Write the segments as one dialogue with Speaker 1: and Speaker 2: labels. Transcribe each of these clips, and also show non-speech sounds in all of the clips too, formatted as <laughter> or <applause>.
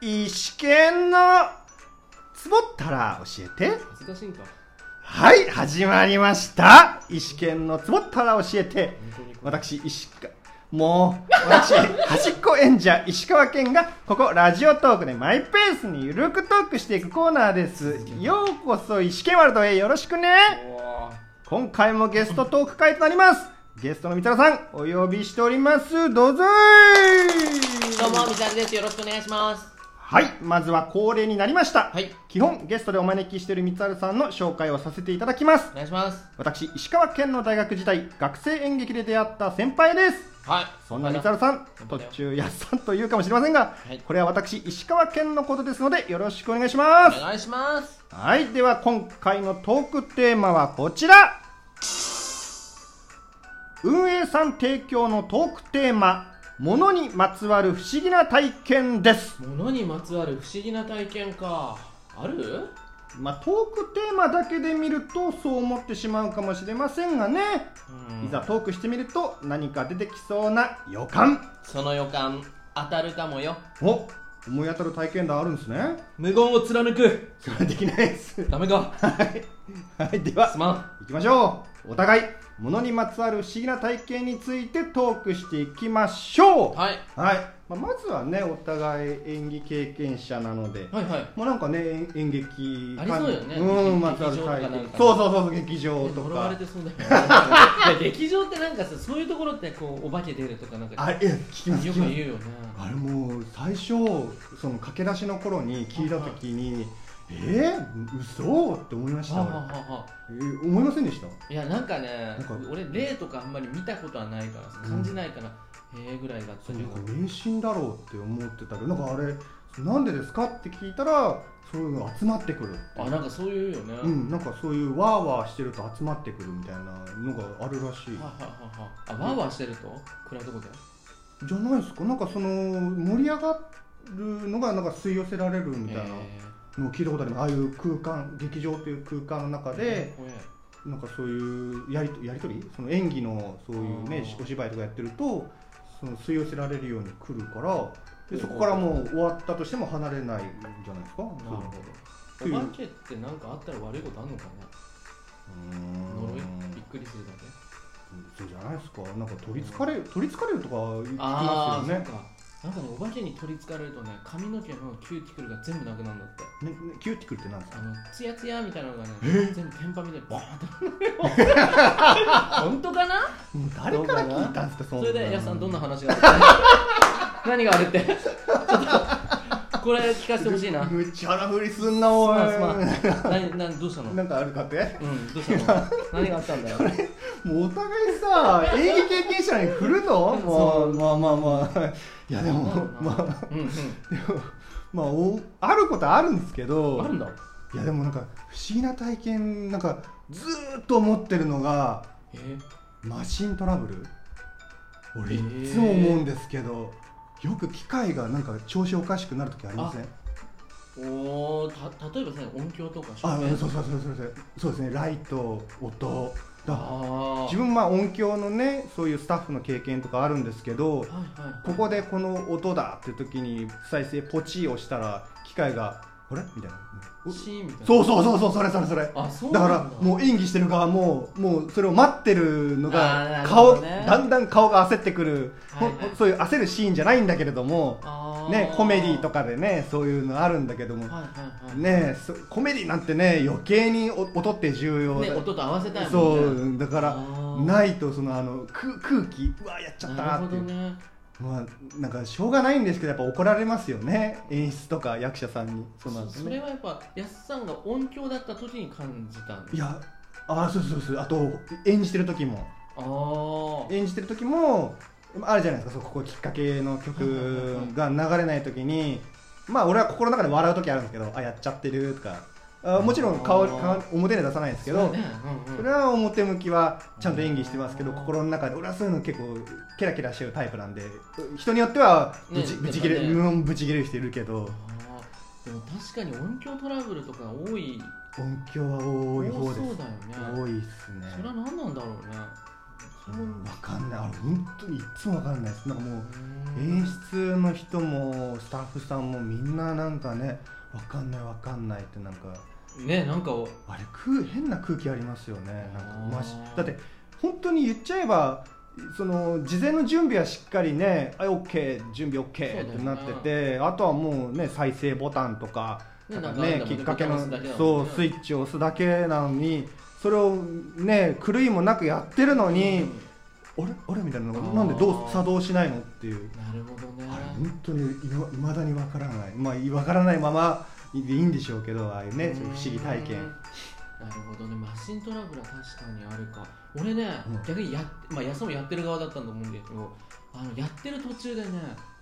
Speaker 1: 石剣のつぼったら教えて
Speaker 2: 恥ずかしいんか
Speaker 1: はい始まりました石剣のつぼったら教えて
Speaker 2: 本当にこれ
Speaker 1: 私石かもう私 <laughs> 端っこ演者石川県がここラジオトークでマイペースにゆるくトークしていくコーナーですようこそ石剣ワールドへよろしくね
Speaker 2: うわー
Speaker 1: 今回もゲストトーク会となりますゲストの三田さんお呼びしておりますどうぞい
Speaker 3: どうも、みさるです。よろしくお願いします。
Speaker 1: はいまずは恒例になりました、
Speaker 3: はい
Speaker 1: 基本ゲストでお招きしている三春さんの紹介をさせていただきます
Speaker 3: お願いします。
Speaker 1: 私石川県の大学時代学生演劇で出会った先輩です
Speaker 3: はい。
Speaker 1: そんな三
Speaker 3: は
Speaker 1: 春さん
Speaker 3: 先
Speaker 1: 途
Speaker 3: 輩だ
Speaker 1: 中やっさんというかもしれませんが、
Speaker 3: はい
Speaker 1: これは私石川県のことですのでよろしくお願いしま
Speaker 3: お
Speaker 1: す
Speaker 3: 願いします。
Speaker 1: はいでは今回のトークテーマはこちら運営さん提供のトークテーマ「ものにまつわる不思議な体験」です
Speaker 3: 物にまつわる不思議な体験か。ある
Speaker 1: まあ、トークテーマだけで見るとそう思ってしまうかもしれませんがね、
Speaker 3: うん
Speaker 1: いざトークしてみると何か出てきそうな予感
Speaker 3: その予感、当たるかもよ。
Speaker 1: お思い当たる体験談あるんですね
Speaker 3: 無言を貫く。
Speaker 1: それはできないです <laughs>
Speaker 3: ダメ <laughs> か。
Speaker 1: はい、はい、では
Speaker 3: すまん。
Speaker 1: 行きましょうお互い物にまつわる不思議な体験についてトークしていきましょう
Speaker 3: はい。
Speaker 1: はい、まあ、まずはねお互い演技経験者なので
Speaker 3: はいはい。
Speaker 1: もうなんかね演演劇
Speaker 3: ありそうよね
Speaker 1: うん
Speaker 3: 劇
Speaker 1: まつわる
Speaker 3: 劇場とか
Speaker 1: 体
Speaker 3: なんか
Speaker 1: 験
Speaker 3: ね
Speaker 1: そうそうそうそう劇場と
Speaker 3: 呪
Speaker 1: か
Speaker 3: われてそうだよ <laughs> いや劇場ってなんかさ、そういうところってこう、お化け出るとかなんか、
Speaker 1: あれいや聞きます聞
Speaker 3: よく
Speaker 1: きます
Speaker 3: 言うよね。
Speaker 1: あれもう最初その駆け出しの頃に聞いた時にえー、嘘って思いました
Speaker 3: はあ
Speaker 1: 俺
Speaker 3: はあはあはあ
Speaker 1: えー思いませんでした
Speaker 3: いやなんかね
Speaker 1: なんか
Speaker 3: 俺霊とかあんまり見たことはないからさ
Speaker 1: うん
Speaker 3: 感じないから、へえぐらいだったけ
Speaker 1: そう
Speaker 3: ど
Speaker 1: なんか迷信だろうって思ってたけどなんかあれなんでですかって聞いたらそういうのが集まってくるってい
Speaker 3: あ
Speaker 1: う
Speaker 3: なんかそういうよね、
Speaker 1: うん、なんかそういうワーワーしてると集まってくるみたいなのがあるらしい
Speaker 3: はははあワーワーしてると暗いとこで
Speaker 1: じゃないですかなんかその盛り上がるのがなんか吸い寄せられるみたいなのを聞いたことあります、ああいう空間劇場という空間の中
Speaker 3: え
Speaker 1: で、
Speaker 3: ー怖え
Speaker 1: なんかそういうやりとやり取りその演技のそういうね
Speaker 3: あー
Speaker 1: お芝居とかやってるとその吸い寄せられるように来るからでそこからもう終わったとしても離れないんじゃないですかなる
Speaker 3: なるほ
Speaker 1: ういう
Speaker 3: どお化けってなんかあったら悪いことあんのかね呪いびっくりするだけ
Speaker 1: そうじゃないですかなんか取りつかれ取りつかれるとか聞きま
Speaker 3: ああ
Speaker 1: す
Speaker 3: そ
Speaker 1: よ
Speaker 3: っ
Speaker 1: ね
Speaker 3: かなんかねお化けに取りつかれるとね髪の毛のキューティクルが全部なくなるんだって
Speaker 1: ねねキューティクルってなんです
Speaker 3: あ
Speaker 1: か
Speaker 3: のツヤツヤみたいなのがね全部天パみたいにボーンって
Speaker 1: <laughs>
Speaker 3: 本当かな
Speaker 1: もう誰から聞いたんですかそ
Speaker 3: それでやすさんど
Speaker 1: <laughs>
Speaker 3: んな話があった <laughs> 何があるってちょっとこれ聞かせてほしいな
Speaker 1: むちゃらふりすんな
Speaker 3: す
Speaker 1: おい
Speaker 3: まんすまん何何どうしたのう
Speaker 1: なんかあるかって
Speaker 3: んどうしたの何があったんだよ
Speaker 1: もうお互いさ、演技経験者に振る <laughs> のも、
Speaker 3: そうう
Speaker 1: まあまあまあ、いやでも、まあ、
Speaker 3: うんうん
Speaker 1: でもまあお、あることはあるんですけど、
Speaker 3: あるんだ
Speaker 1: いやでもなんか、不思議な体験、なんか、ずーっと思ってるのが、
Speaker 3: えー
Speaker 1: マシントラブル。俺、
Speaker 3: へ
Speaker 1: い
Speaker 3: ー
Speaker 1: つも思うんですけど、よく機械がなんか調子おかしくなるときありません
Speaker 3: おーた例えばね音響とか
Speaker 1: あ
Speaker 3: 照明
Speaker 1: そうそうそうそうそうそうですね、ライト、音。だから
Speaker 3: あー
Speaker 1: 自分まあ音響のね、そういうスタッフの経験とかあるんですけど、
Speaker 3: はいはい
Speaker 1: ここでこの音だっていう時に再生ポチを押したら機械が「あれ?」みたいなう
Speaker 3: シーンみたいな
Speaker 1: そうそうそうそうそれそれそれ
Speaker 3: あそう
Speaker 1: だ
Speaker 3: な
Speaker 1: から
Speaker 3: ん
Speaker 1: もう演技してる側ももうそれを待ってるの
Speaker 3: あー
Speaker 1: が
Speaker 3: なるほ
Speaker 1: 顔
Speaker 3: どね
Speaker 1: だんだん顔が焦ってくる、ほん
Speaker 3: はいはい
Speaker 1: そういう焦るシーンじゃないんだけれども、
Speaker 3: あー
Speaker 1: ね、コメディとかでねそういうのあるんだけども、
Speaker 3: はいはいはい
Speaker 1: ねそコメディなんてね余計にお音って重要だ
Speaker 3: ね音と合わせたい
Speaker 1: そ
Speaker 3: もんね
Speaker 1: うだから
Speaker 3: あー
Speaker 1: ないとそのあの空空気うわやっちゃったな
Speaker 3: なる
Speaker 1: っ
Speaker 3: ほ
Speaker 1: てい
Speaker 3: ど
Speaker 1: う
Speaker 3: ね
Speaker 1: まあ、なんかしょうがないんですけどやっぱ怒られますよね演出とか役者さんにそうなん
Speaker 3: そ
Speaker 1: です
Speaker 3: それ
Speaker 1: ね
Speaker 3: はやっぱやすさんが音響だった時に感じたんだ
Speaker 1: いやあーそうそうそうあと演じてる時も
Speaker 3: ああ
Speaker 1: 演じてる時もあるじゃないですかそうここきっかけの曲が流れない時にまあ俺は心の中で笑う時あるんですけどあやっちゃってるとかあもちろん顔
Speaker 3: あー
Speaker 1: 顔表に出さないですけ
Speaker 3: そう
Speaker 1: ど
Speaker 3: ねうん
Speaker 1: そ
Speaker 3: うん
Speaker 1: れは表向きはちゃんと演技してますけど
Speaker 3: あー
Speaker 1: 心の中で俺はそういうの結構ケラケラしてるタイプなんで人によってはブチ,、
Speaker 3: ね
Speaker 1: ブチ切れ、
Speaker 3: ね
Speaker 1: 無音ブチ切れる人いるけど。
Speaker 3: あーでも確かに音響トラブルとか多い
Speaker 1: 音響は多い方です
Speaker 3: 多そうだよね
Speaker 1: 多いっすね
Speaker 3: それは何なんだろうね
Speaker 1: 分かんないあれ本当にいつも分かんないですなんかもう演出の人もスタッフさんもみんななんかね分かんない分かんないってなんか
Speaker 3: ねなんか
Speaker 1: あれ空変な空気ありますよねなんかマジ
Speaker 3: あー
Speaker 1: だって本当に言っちゃえばその事前の準備はしっかりね「はい OK 準備 OK」ってなって
Speaker 3: そう
Speaker 1: てあとはもうね再生ボタンとか
Speaker 3: ね
Speaker 1: なんか
Speaker 3: なん
Speaker 1: ね
Speaker 3: かあるんだもん
Speaker 1: き
Speaker 3: ね
Speaker 1: っかけの
Speaker 3: ボタン押すだけだも
Speaker 1: そ
Speaker 3: ん
Speaker 1: う
Speaker 3: ね
Speaker 1: スイッチを押すだけなのにそれをね狂いもなくやってるのに「あれあれ?」みたいな
Speaker 3: あー
Speaker 1: なんでどう作動しないのっていう
Speaker 3: なるほどね
Speaker 1: あれ本当にいま未だにわからないまあわからないままでいいんでしょうけどああいうねそういう不思議体験
Speaker 3: うんなるほどねマシントラブルは確かにあるか俺ね、
Speaker 1: うん
Speaker 3: 逆にやっまあ安もやってる側だったんだと思うんだけどあのやってる途中でね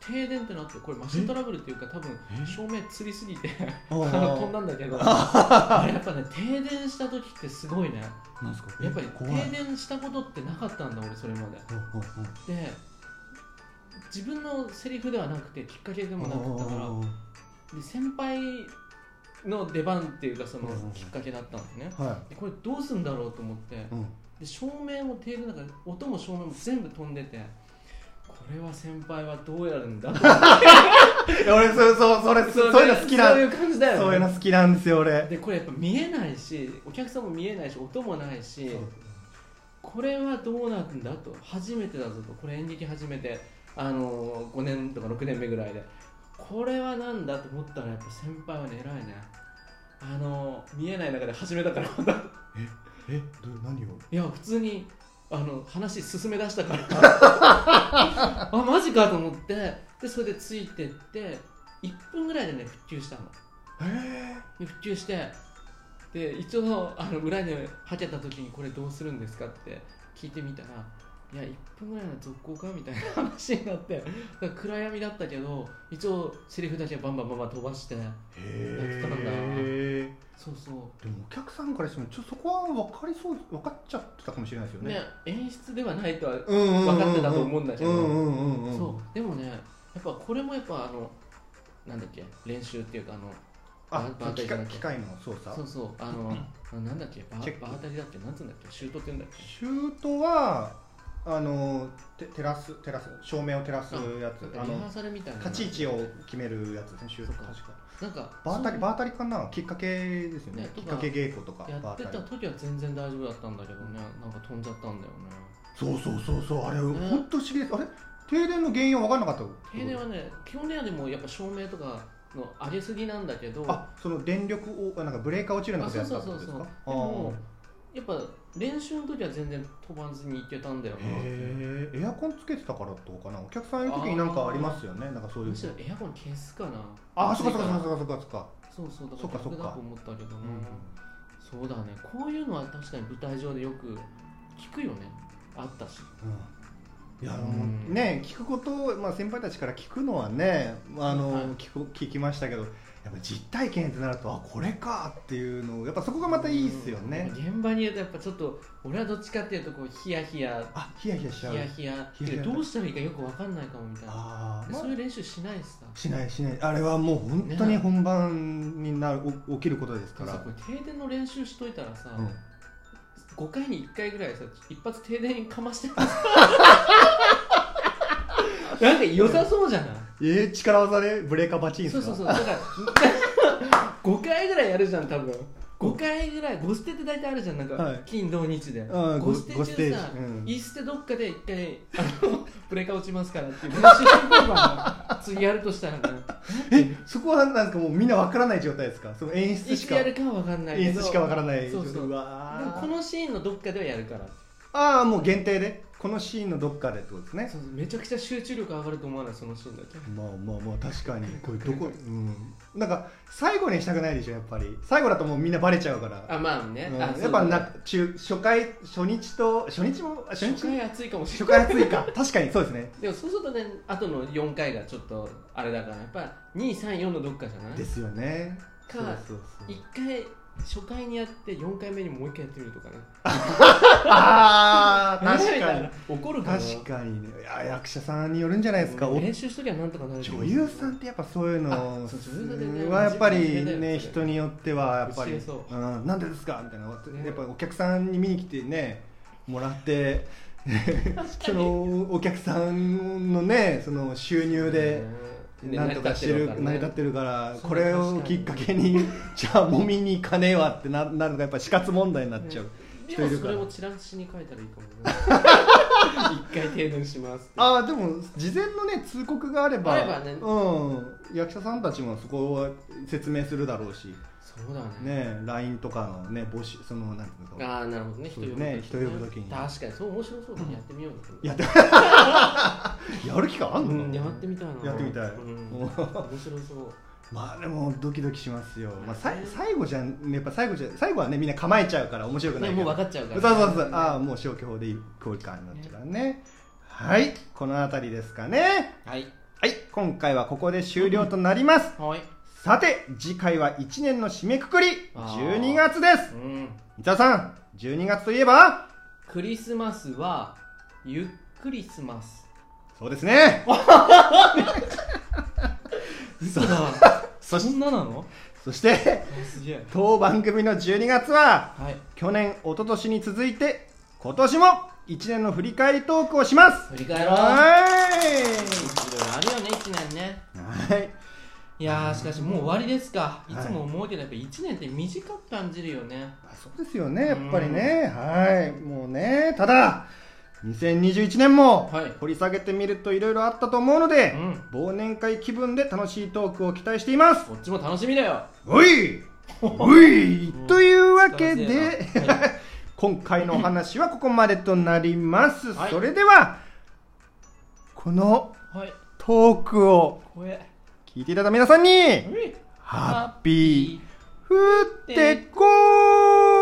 Speaker 3: 停電ってなってこれマシントラブルっていうか多分
Speaker 1: え
Speaker 3: 照明つりすぎてあ
Speaker 1: おうおう
Speaker 3: の飛んだんだけどあれやっぱね停電した時ってすごいね
Speaker 1: なんですか
Speaker 3: やっぱり
Speaker 1: 怖い
Speaker 3: 停電したことってなかったんだ俺それまで
Speaker 1: ほうほうほう
Speaker 3: で自分のセリフではなくてきっかけでもなかったから
Speaker 1: おー
Speaker 3: で先輩の出番っていうかその
Speaker 1: うんうんうん
Speaker 3: きっかけだったんですね
Speaker 1: は
Speaker 3: でこれどうすんだろうと思って
Speaker 1: い、うん、
Speaker 3: で照明もテーブルの中で音も照明も全部飛んでてこれは先輩はどうやるん
Speaker 1: <laughs>
Speaker 3: だ
Speaker 1: いや俺それそうそれそ
Speaker 3: そう
Speaker 1: いうの好きなん
Speaker 3: そういう感じだよね
Speaker 1: そういうの好きなんですよ俺
Speaker 3: でこれやっぱ見えないしお客さんも見えないし音もないしこれはどうなるんだと初めてだぞとこれ演劇初めてあの5年とか6年目ぐらいでこれはなんだと思ったらやっぱ先輩はね偉いねあの見えない中で始めたからまた
Speaker 1: えどう何を
Speaker 3: いや普通にあの話進め出した <laughs> からあマジかと思ってでそれでついてって1分ぐらいでね復旧したの
Speaker 1: え
Speaker 3: で復旧してで一応あの裏にはけた時にこれどうするんですかって聞いてみたらいや1分ぐらいの続行かみたいな話になってだから暗闇だったけど一応セリフだけバンバンバンバン飛ばして
Speaker 1: ー、
Speaker 3: やってたんだ
Speaker 1: へ
Speaker 3: そうそう
Speaker 1: ーでもお客さんからしてもちょそこは分かりそう分かっちゃってたかもしれないですよね
Speaker 3: ね演出ではないとは
Speaker 1: うんうんうんうん
Speaker 3: 分かってたと思うんだけど
Speaker 1: うんうんうんうん
Speaker 3: そうでもねやっぱこれもやっぱあのなんだっけ練習っていうかあの
Speaker 1: あ
Speaker 3: バータリ
Speaker 1: 機
Speaker 3: ーじゃな
Speaker 1: 械
Speaker 3: くて
Speaker 1: 機械の操作
Speaker 3: そうそうあのなんだっけバ
Speaker 1: チェッ
Speaker 3: ー
Speaker 1: ク
Speaker 3: バータリだっけなんつうんだっけシュートって言うんだっけ
Speaker 1: シュートはあのて照らす照らす照明を照らすやつ
Speaker 3: リ
Speaker 1: あ
Speaker 3: ハ
Speaker 1: の
Speaker 3: ーサルみたいな
Speaker 1: 立ち位置を決めるやつですねシュート
Speaker 3: そっか
Speaker 1: 確か
Speaker 3: なんか
Speaker 1: バータ
Speaker 3: そ
Speaker 1: リ
Speaker 3: う
Speaker 1: バータリかなきっかけですよね
Speaker 3: ね
Speaker 1: きっかけ稽古とか
Speaker 3: や
Speaker 1: バ
Speaker 3: って
Speaker 1: ータ
Speaker 3: た
Speaker 1: リ
Speaker 3: 時は全然大丈夫だったんだけどねなんか飛んじゃったんだよね
Speaker 1: そうそうそうそうあれ
Speaker 3: ね
Speaker 1: 本当不思議ですあれ停電の原因は分からなかった
Speaker 3: 停電はね基本的にはでもやっぱ照明とかの上げすぎなんだけど
Speaker 1: あその電力をあなんかブレーカー落ちるような
Speaker 3: あ
Speaker 1: こと
Speaker 3: そう
Speaker 1: やって
Speaker 3: そ
Speaker 1: たっ
Speaker 3: う
Speaker 1: てことで
Speaker 3: そうそ
Speaker 1: すかあ
Speaker 3: うで
Speaker 1: ー
Speaker 3: もやっぱ練習の時は全然飛ばずにいけたんだよね
Speaker 1: へえエアコンつけてたからとかなお客さんいる時になんかありますよねなんかそういう
Speaker 3: むしろエアコン消すかな
Speaker 1: あそっかそっかそっかそっかそっか
Speaker 3: そうそうだ
Speaker 1: そっか
Speaker 3: か
Speaker 1: らそっ
Speaker 3: 逆
Speaker 1: か
Speaker 3: だと思ったけど
Speaker 1: う
Speaker 3: な、
Speaker 1: ん
Speaker 3: そうだねこういうのは確かに舞台上でよく聞くよねあったし
Speaker 1: いや
Speaker 3: うん
Speaker 1: もうね聞くことを、まあ、先輩たちから聞くのはねあの、
Speaker 3: はい
Speaker 1: 聞く聞きましたけどやっぱ実体験ってなるとあこれかっていうのをやっぱそこがまたいいですよね、
Speaker 3: うん現場にいるとやっぱちょっと俺はどっちかっていうとこうヒヤヒヤ
Speaker 1: あヒヤヒヤし
Speaker 3: ヒ
Speaker 1: ちゃう
Speaker 3: ヤヒヤ
Speaker 1: ヒヤヒヤ
Speaker 3: どうしたらいいかよくわかんないかもみたいな
Speaker 1: あー
Speaker 3: で
Speaker 1: まあ
Speaker 3: そういう練習しないしさ
Speaker 1: しないしないあれはもう本当に
Speaker 3: ね
Speaker 1: 本番になるお起きることですか
Speaker 3: でも
Speaker 1: ら、
Speaker 3: さこれ停電の練習しといたらさ、
Speaker 1: うん
Speaker 3: 5回に1回ぐらいさ一発停電かまして
Speaker 1: <laughs>
Speaker 3: なんか良さそうじゃない
Speaker 1: えー、力技でブレーカーバチンっす
Speaker 3: そう
Speaker 1: か
Speaker 3: そうそうだから5回ぐらいやるじゃん多分5回ぐらい5捨てって大体あるじゃんなんか、
Speaker 1: はい
Speaker 3: 金土日で、
Speaker 1: うん
Speaker 3: 5捨て
Speaker 1: ごご捨て
Speaker 3: 中さ、
Speaker 1: うん
Speaker 3: イーステどっかで1回あのブレーカー落ちますからっていう練習しておけ
Speaker 1: <laughs>
Speaker 3: ば次やるとしたらね
Speaker 1: えそこはなんですかもうみんなわからない状態ですかその演出
Speaker 3: い
Speaker 1: し
Speaker 3: つ
Speaker 1: か
Speaker 3: やるかは分かんないけ
Speaker 1: 演
Speaker 3: ど
Speaker 1: 出しかわからない
Speaker 3: そうそう
Speaker 1: う
Speaker 3: でも
Speaker 1: わー
Speaker 3: このシーンのどっかではやるから
Speaker 1: ああもう限定でこのシーンのどっかでってことですね
Speaker 3: そうそうめちゃくちゃ集中力上がると思わないそのシーンだけ
Speaker 1: まあまあまあ確かにこれどこうんなんか最後にしたくないでしょやっぱり最後だともうみんなバレちゃうから
Speaker 3: あまあね、
Speaker 1: うん
Speaker 3: あ
Speaker 1: やっぱ
Speaker 3: そうだ
Speaker 1: な
Speaker 3: ね
Speaker 1: 中初回初日と初日もあ初日
Speaker 3: 初回暑いかもしれない
Speaker 1: 初回暑いか確かにそうですね
Speaker 3: でもそうするとね、後の4回がちょっとあれだから、やっぱ2、3、4のどっかじゃない
Speaker 1: ですよね
Speaker 3: か
Speaker 1: そうそうそう
Speaker 3: 1回、初回にやって4回目にもう1回やってみるとかね。
Speaker 1: ああ確
Speaker 3: みた
Speaker 1: か
Speaker 3: い
Speaker 1: に
Speaker 3: な。 <laughs> 怒るから。
Speaker 1: 確かにねいや役者さんによるんじゃないですかお
Speaker 3: 練習しときゃなんとかなるけど
Speaker 1: 女優さんってやっぱそういうの
Speaker 3: あそう女優さんでね
Speaker 1: はやっぱり
Speaker 3: 真面目だ
Speaker 1: ね
Speaker 3: よ
Speaker 1: 人によってはやっぱり
Speaker 3: 教えそ
Speaker 1: うんなんでですかみたいな
Speaker 3: ね
Speaker 1: やっぱりお客さんに見に来てねもらってそのお客さんのねその収入で
Speaker 3: ね
Speaker 1: なんとかしてる成り立ってるから
Speaker 3: そう
Speaker 1: これ
Speaker 3: 確
Speaker 1: を
Speaker 3: か
Speaker 1: き
Speaker 3: に
Speaker 1: っかけにじゃあもみに行かねえわってななるのがやっぱ死活問題になっちゃう
Speaker 3: で
Speaker 1: 人い
Speaker 3: も
Speaker 1: る
Speaker 3: そ
Speaker 1: か
Speaker 3: れ
Speaker 1: ら
Speaker 3: をチラシに書いたらいいかもね <laughs> 一回停電しますって
Speaker 1: ああでも事前のね通告があれば
Speaker 3: あればね
Speaker 1: うん、役者さんたちもそこは説明するだろうし、
Speaker 3: そうだね
Speaker 1: ね、LINE とかのね募集そのなんていうのか
Speaker 3: ああなるほどね
Speaker 1: そう
Speaker 3: 人呼ぶ時
Speaker 1: ね人呼ぶ時に
Speaker 3: 確かにそう面白そうだねやってみようだね
Speaker 1: やってやる気があんの、
Speaker 3: うんやってみたいな
Speaker 1: やってみたい
Speaker 3: うん
Speaker 1: お
Speaker 3: 面白そう
Speaker 1: まあでもドキドキしますよ、まあ、さい最後じゃんやっぱ最後じゃ最後はねみんな構えちゃうから面白くない
Speaker 3: ね
Speaker 1: け
Speaker 3: も
Speaker 1: ど
Speaker 3: う分かっちゃうから
Speaker 1: そうそうそうああもう消去法でいいこうかになっちゃうからねはいこの辺りですかね
Speaker 3: はい
Speaker 1: はい今回はここで終了となります、
Speaker 3: はい
Speaker 1: さて次回は1年の締めくくり
Speaker 3: あー
Speaker 1: 12月です
Speaker 3: うん
Speaker 1: 三沢さん12月といえば
Speaker 3: クリスマスはゆっくり済ます
Speaker 1: そうですね
Speaker 3: 嘘だわそんななの
Speaker 1: そして <laughs>
Speaker 3: あすげえ
Speaker 1: 当番組の12月は
Speaker 3: はい
Speaker 1: 去年一昨年に続いて今年も1年の振り返りトークをします
Speaker 3: 振り返ろう
Speaker 1: はい
Speaker 3: ろいろあるよね一年ね
Speaker 1: はい
Speaker 3: いやーしかしもう終わりですか
Speaker 1: はい
Speaker 3: いつも思うけどやっぱ1年って短く感じるよね
Speaker 1: まあそうですよねやっぱりねはいもうねただ2021年も
Speaker 3: はい
Speaker 1: 掘り下げてみるといろいろあったと思うので、
Speaker 3: うん
Speaker 1: 忘年会気分で楽しいトークを期待しています
Speaker 3: こっちも楽しみだよ
Speaker 1: おいおいというわけで
Speaker 3: 疲れてえなはい
Speaker 1: 今回のお話はここまでとなります、
Speaker 3: はい
Speaker 1: それではこの
Speaker 3: はい
Speaker 1: トークを
Speaker 3: 怖え
Speaker 1: 聞いていただいた皆さんに
Speaker 3: うい
Speaker 1: ハッピー降ってこー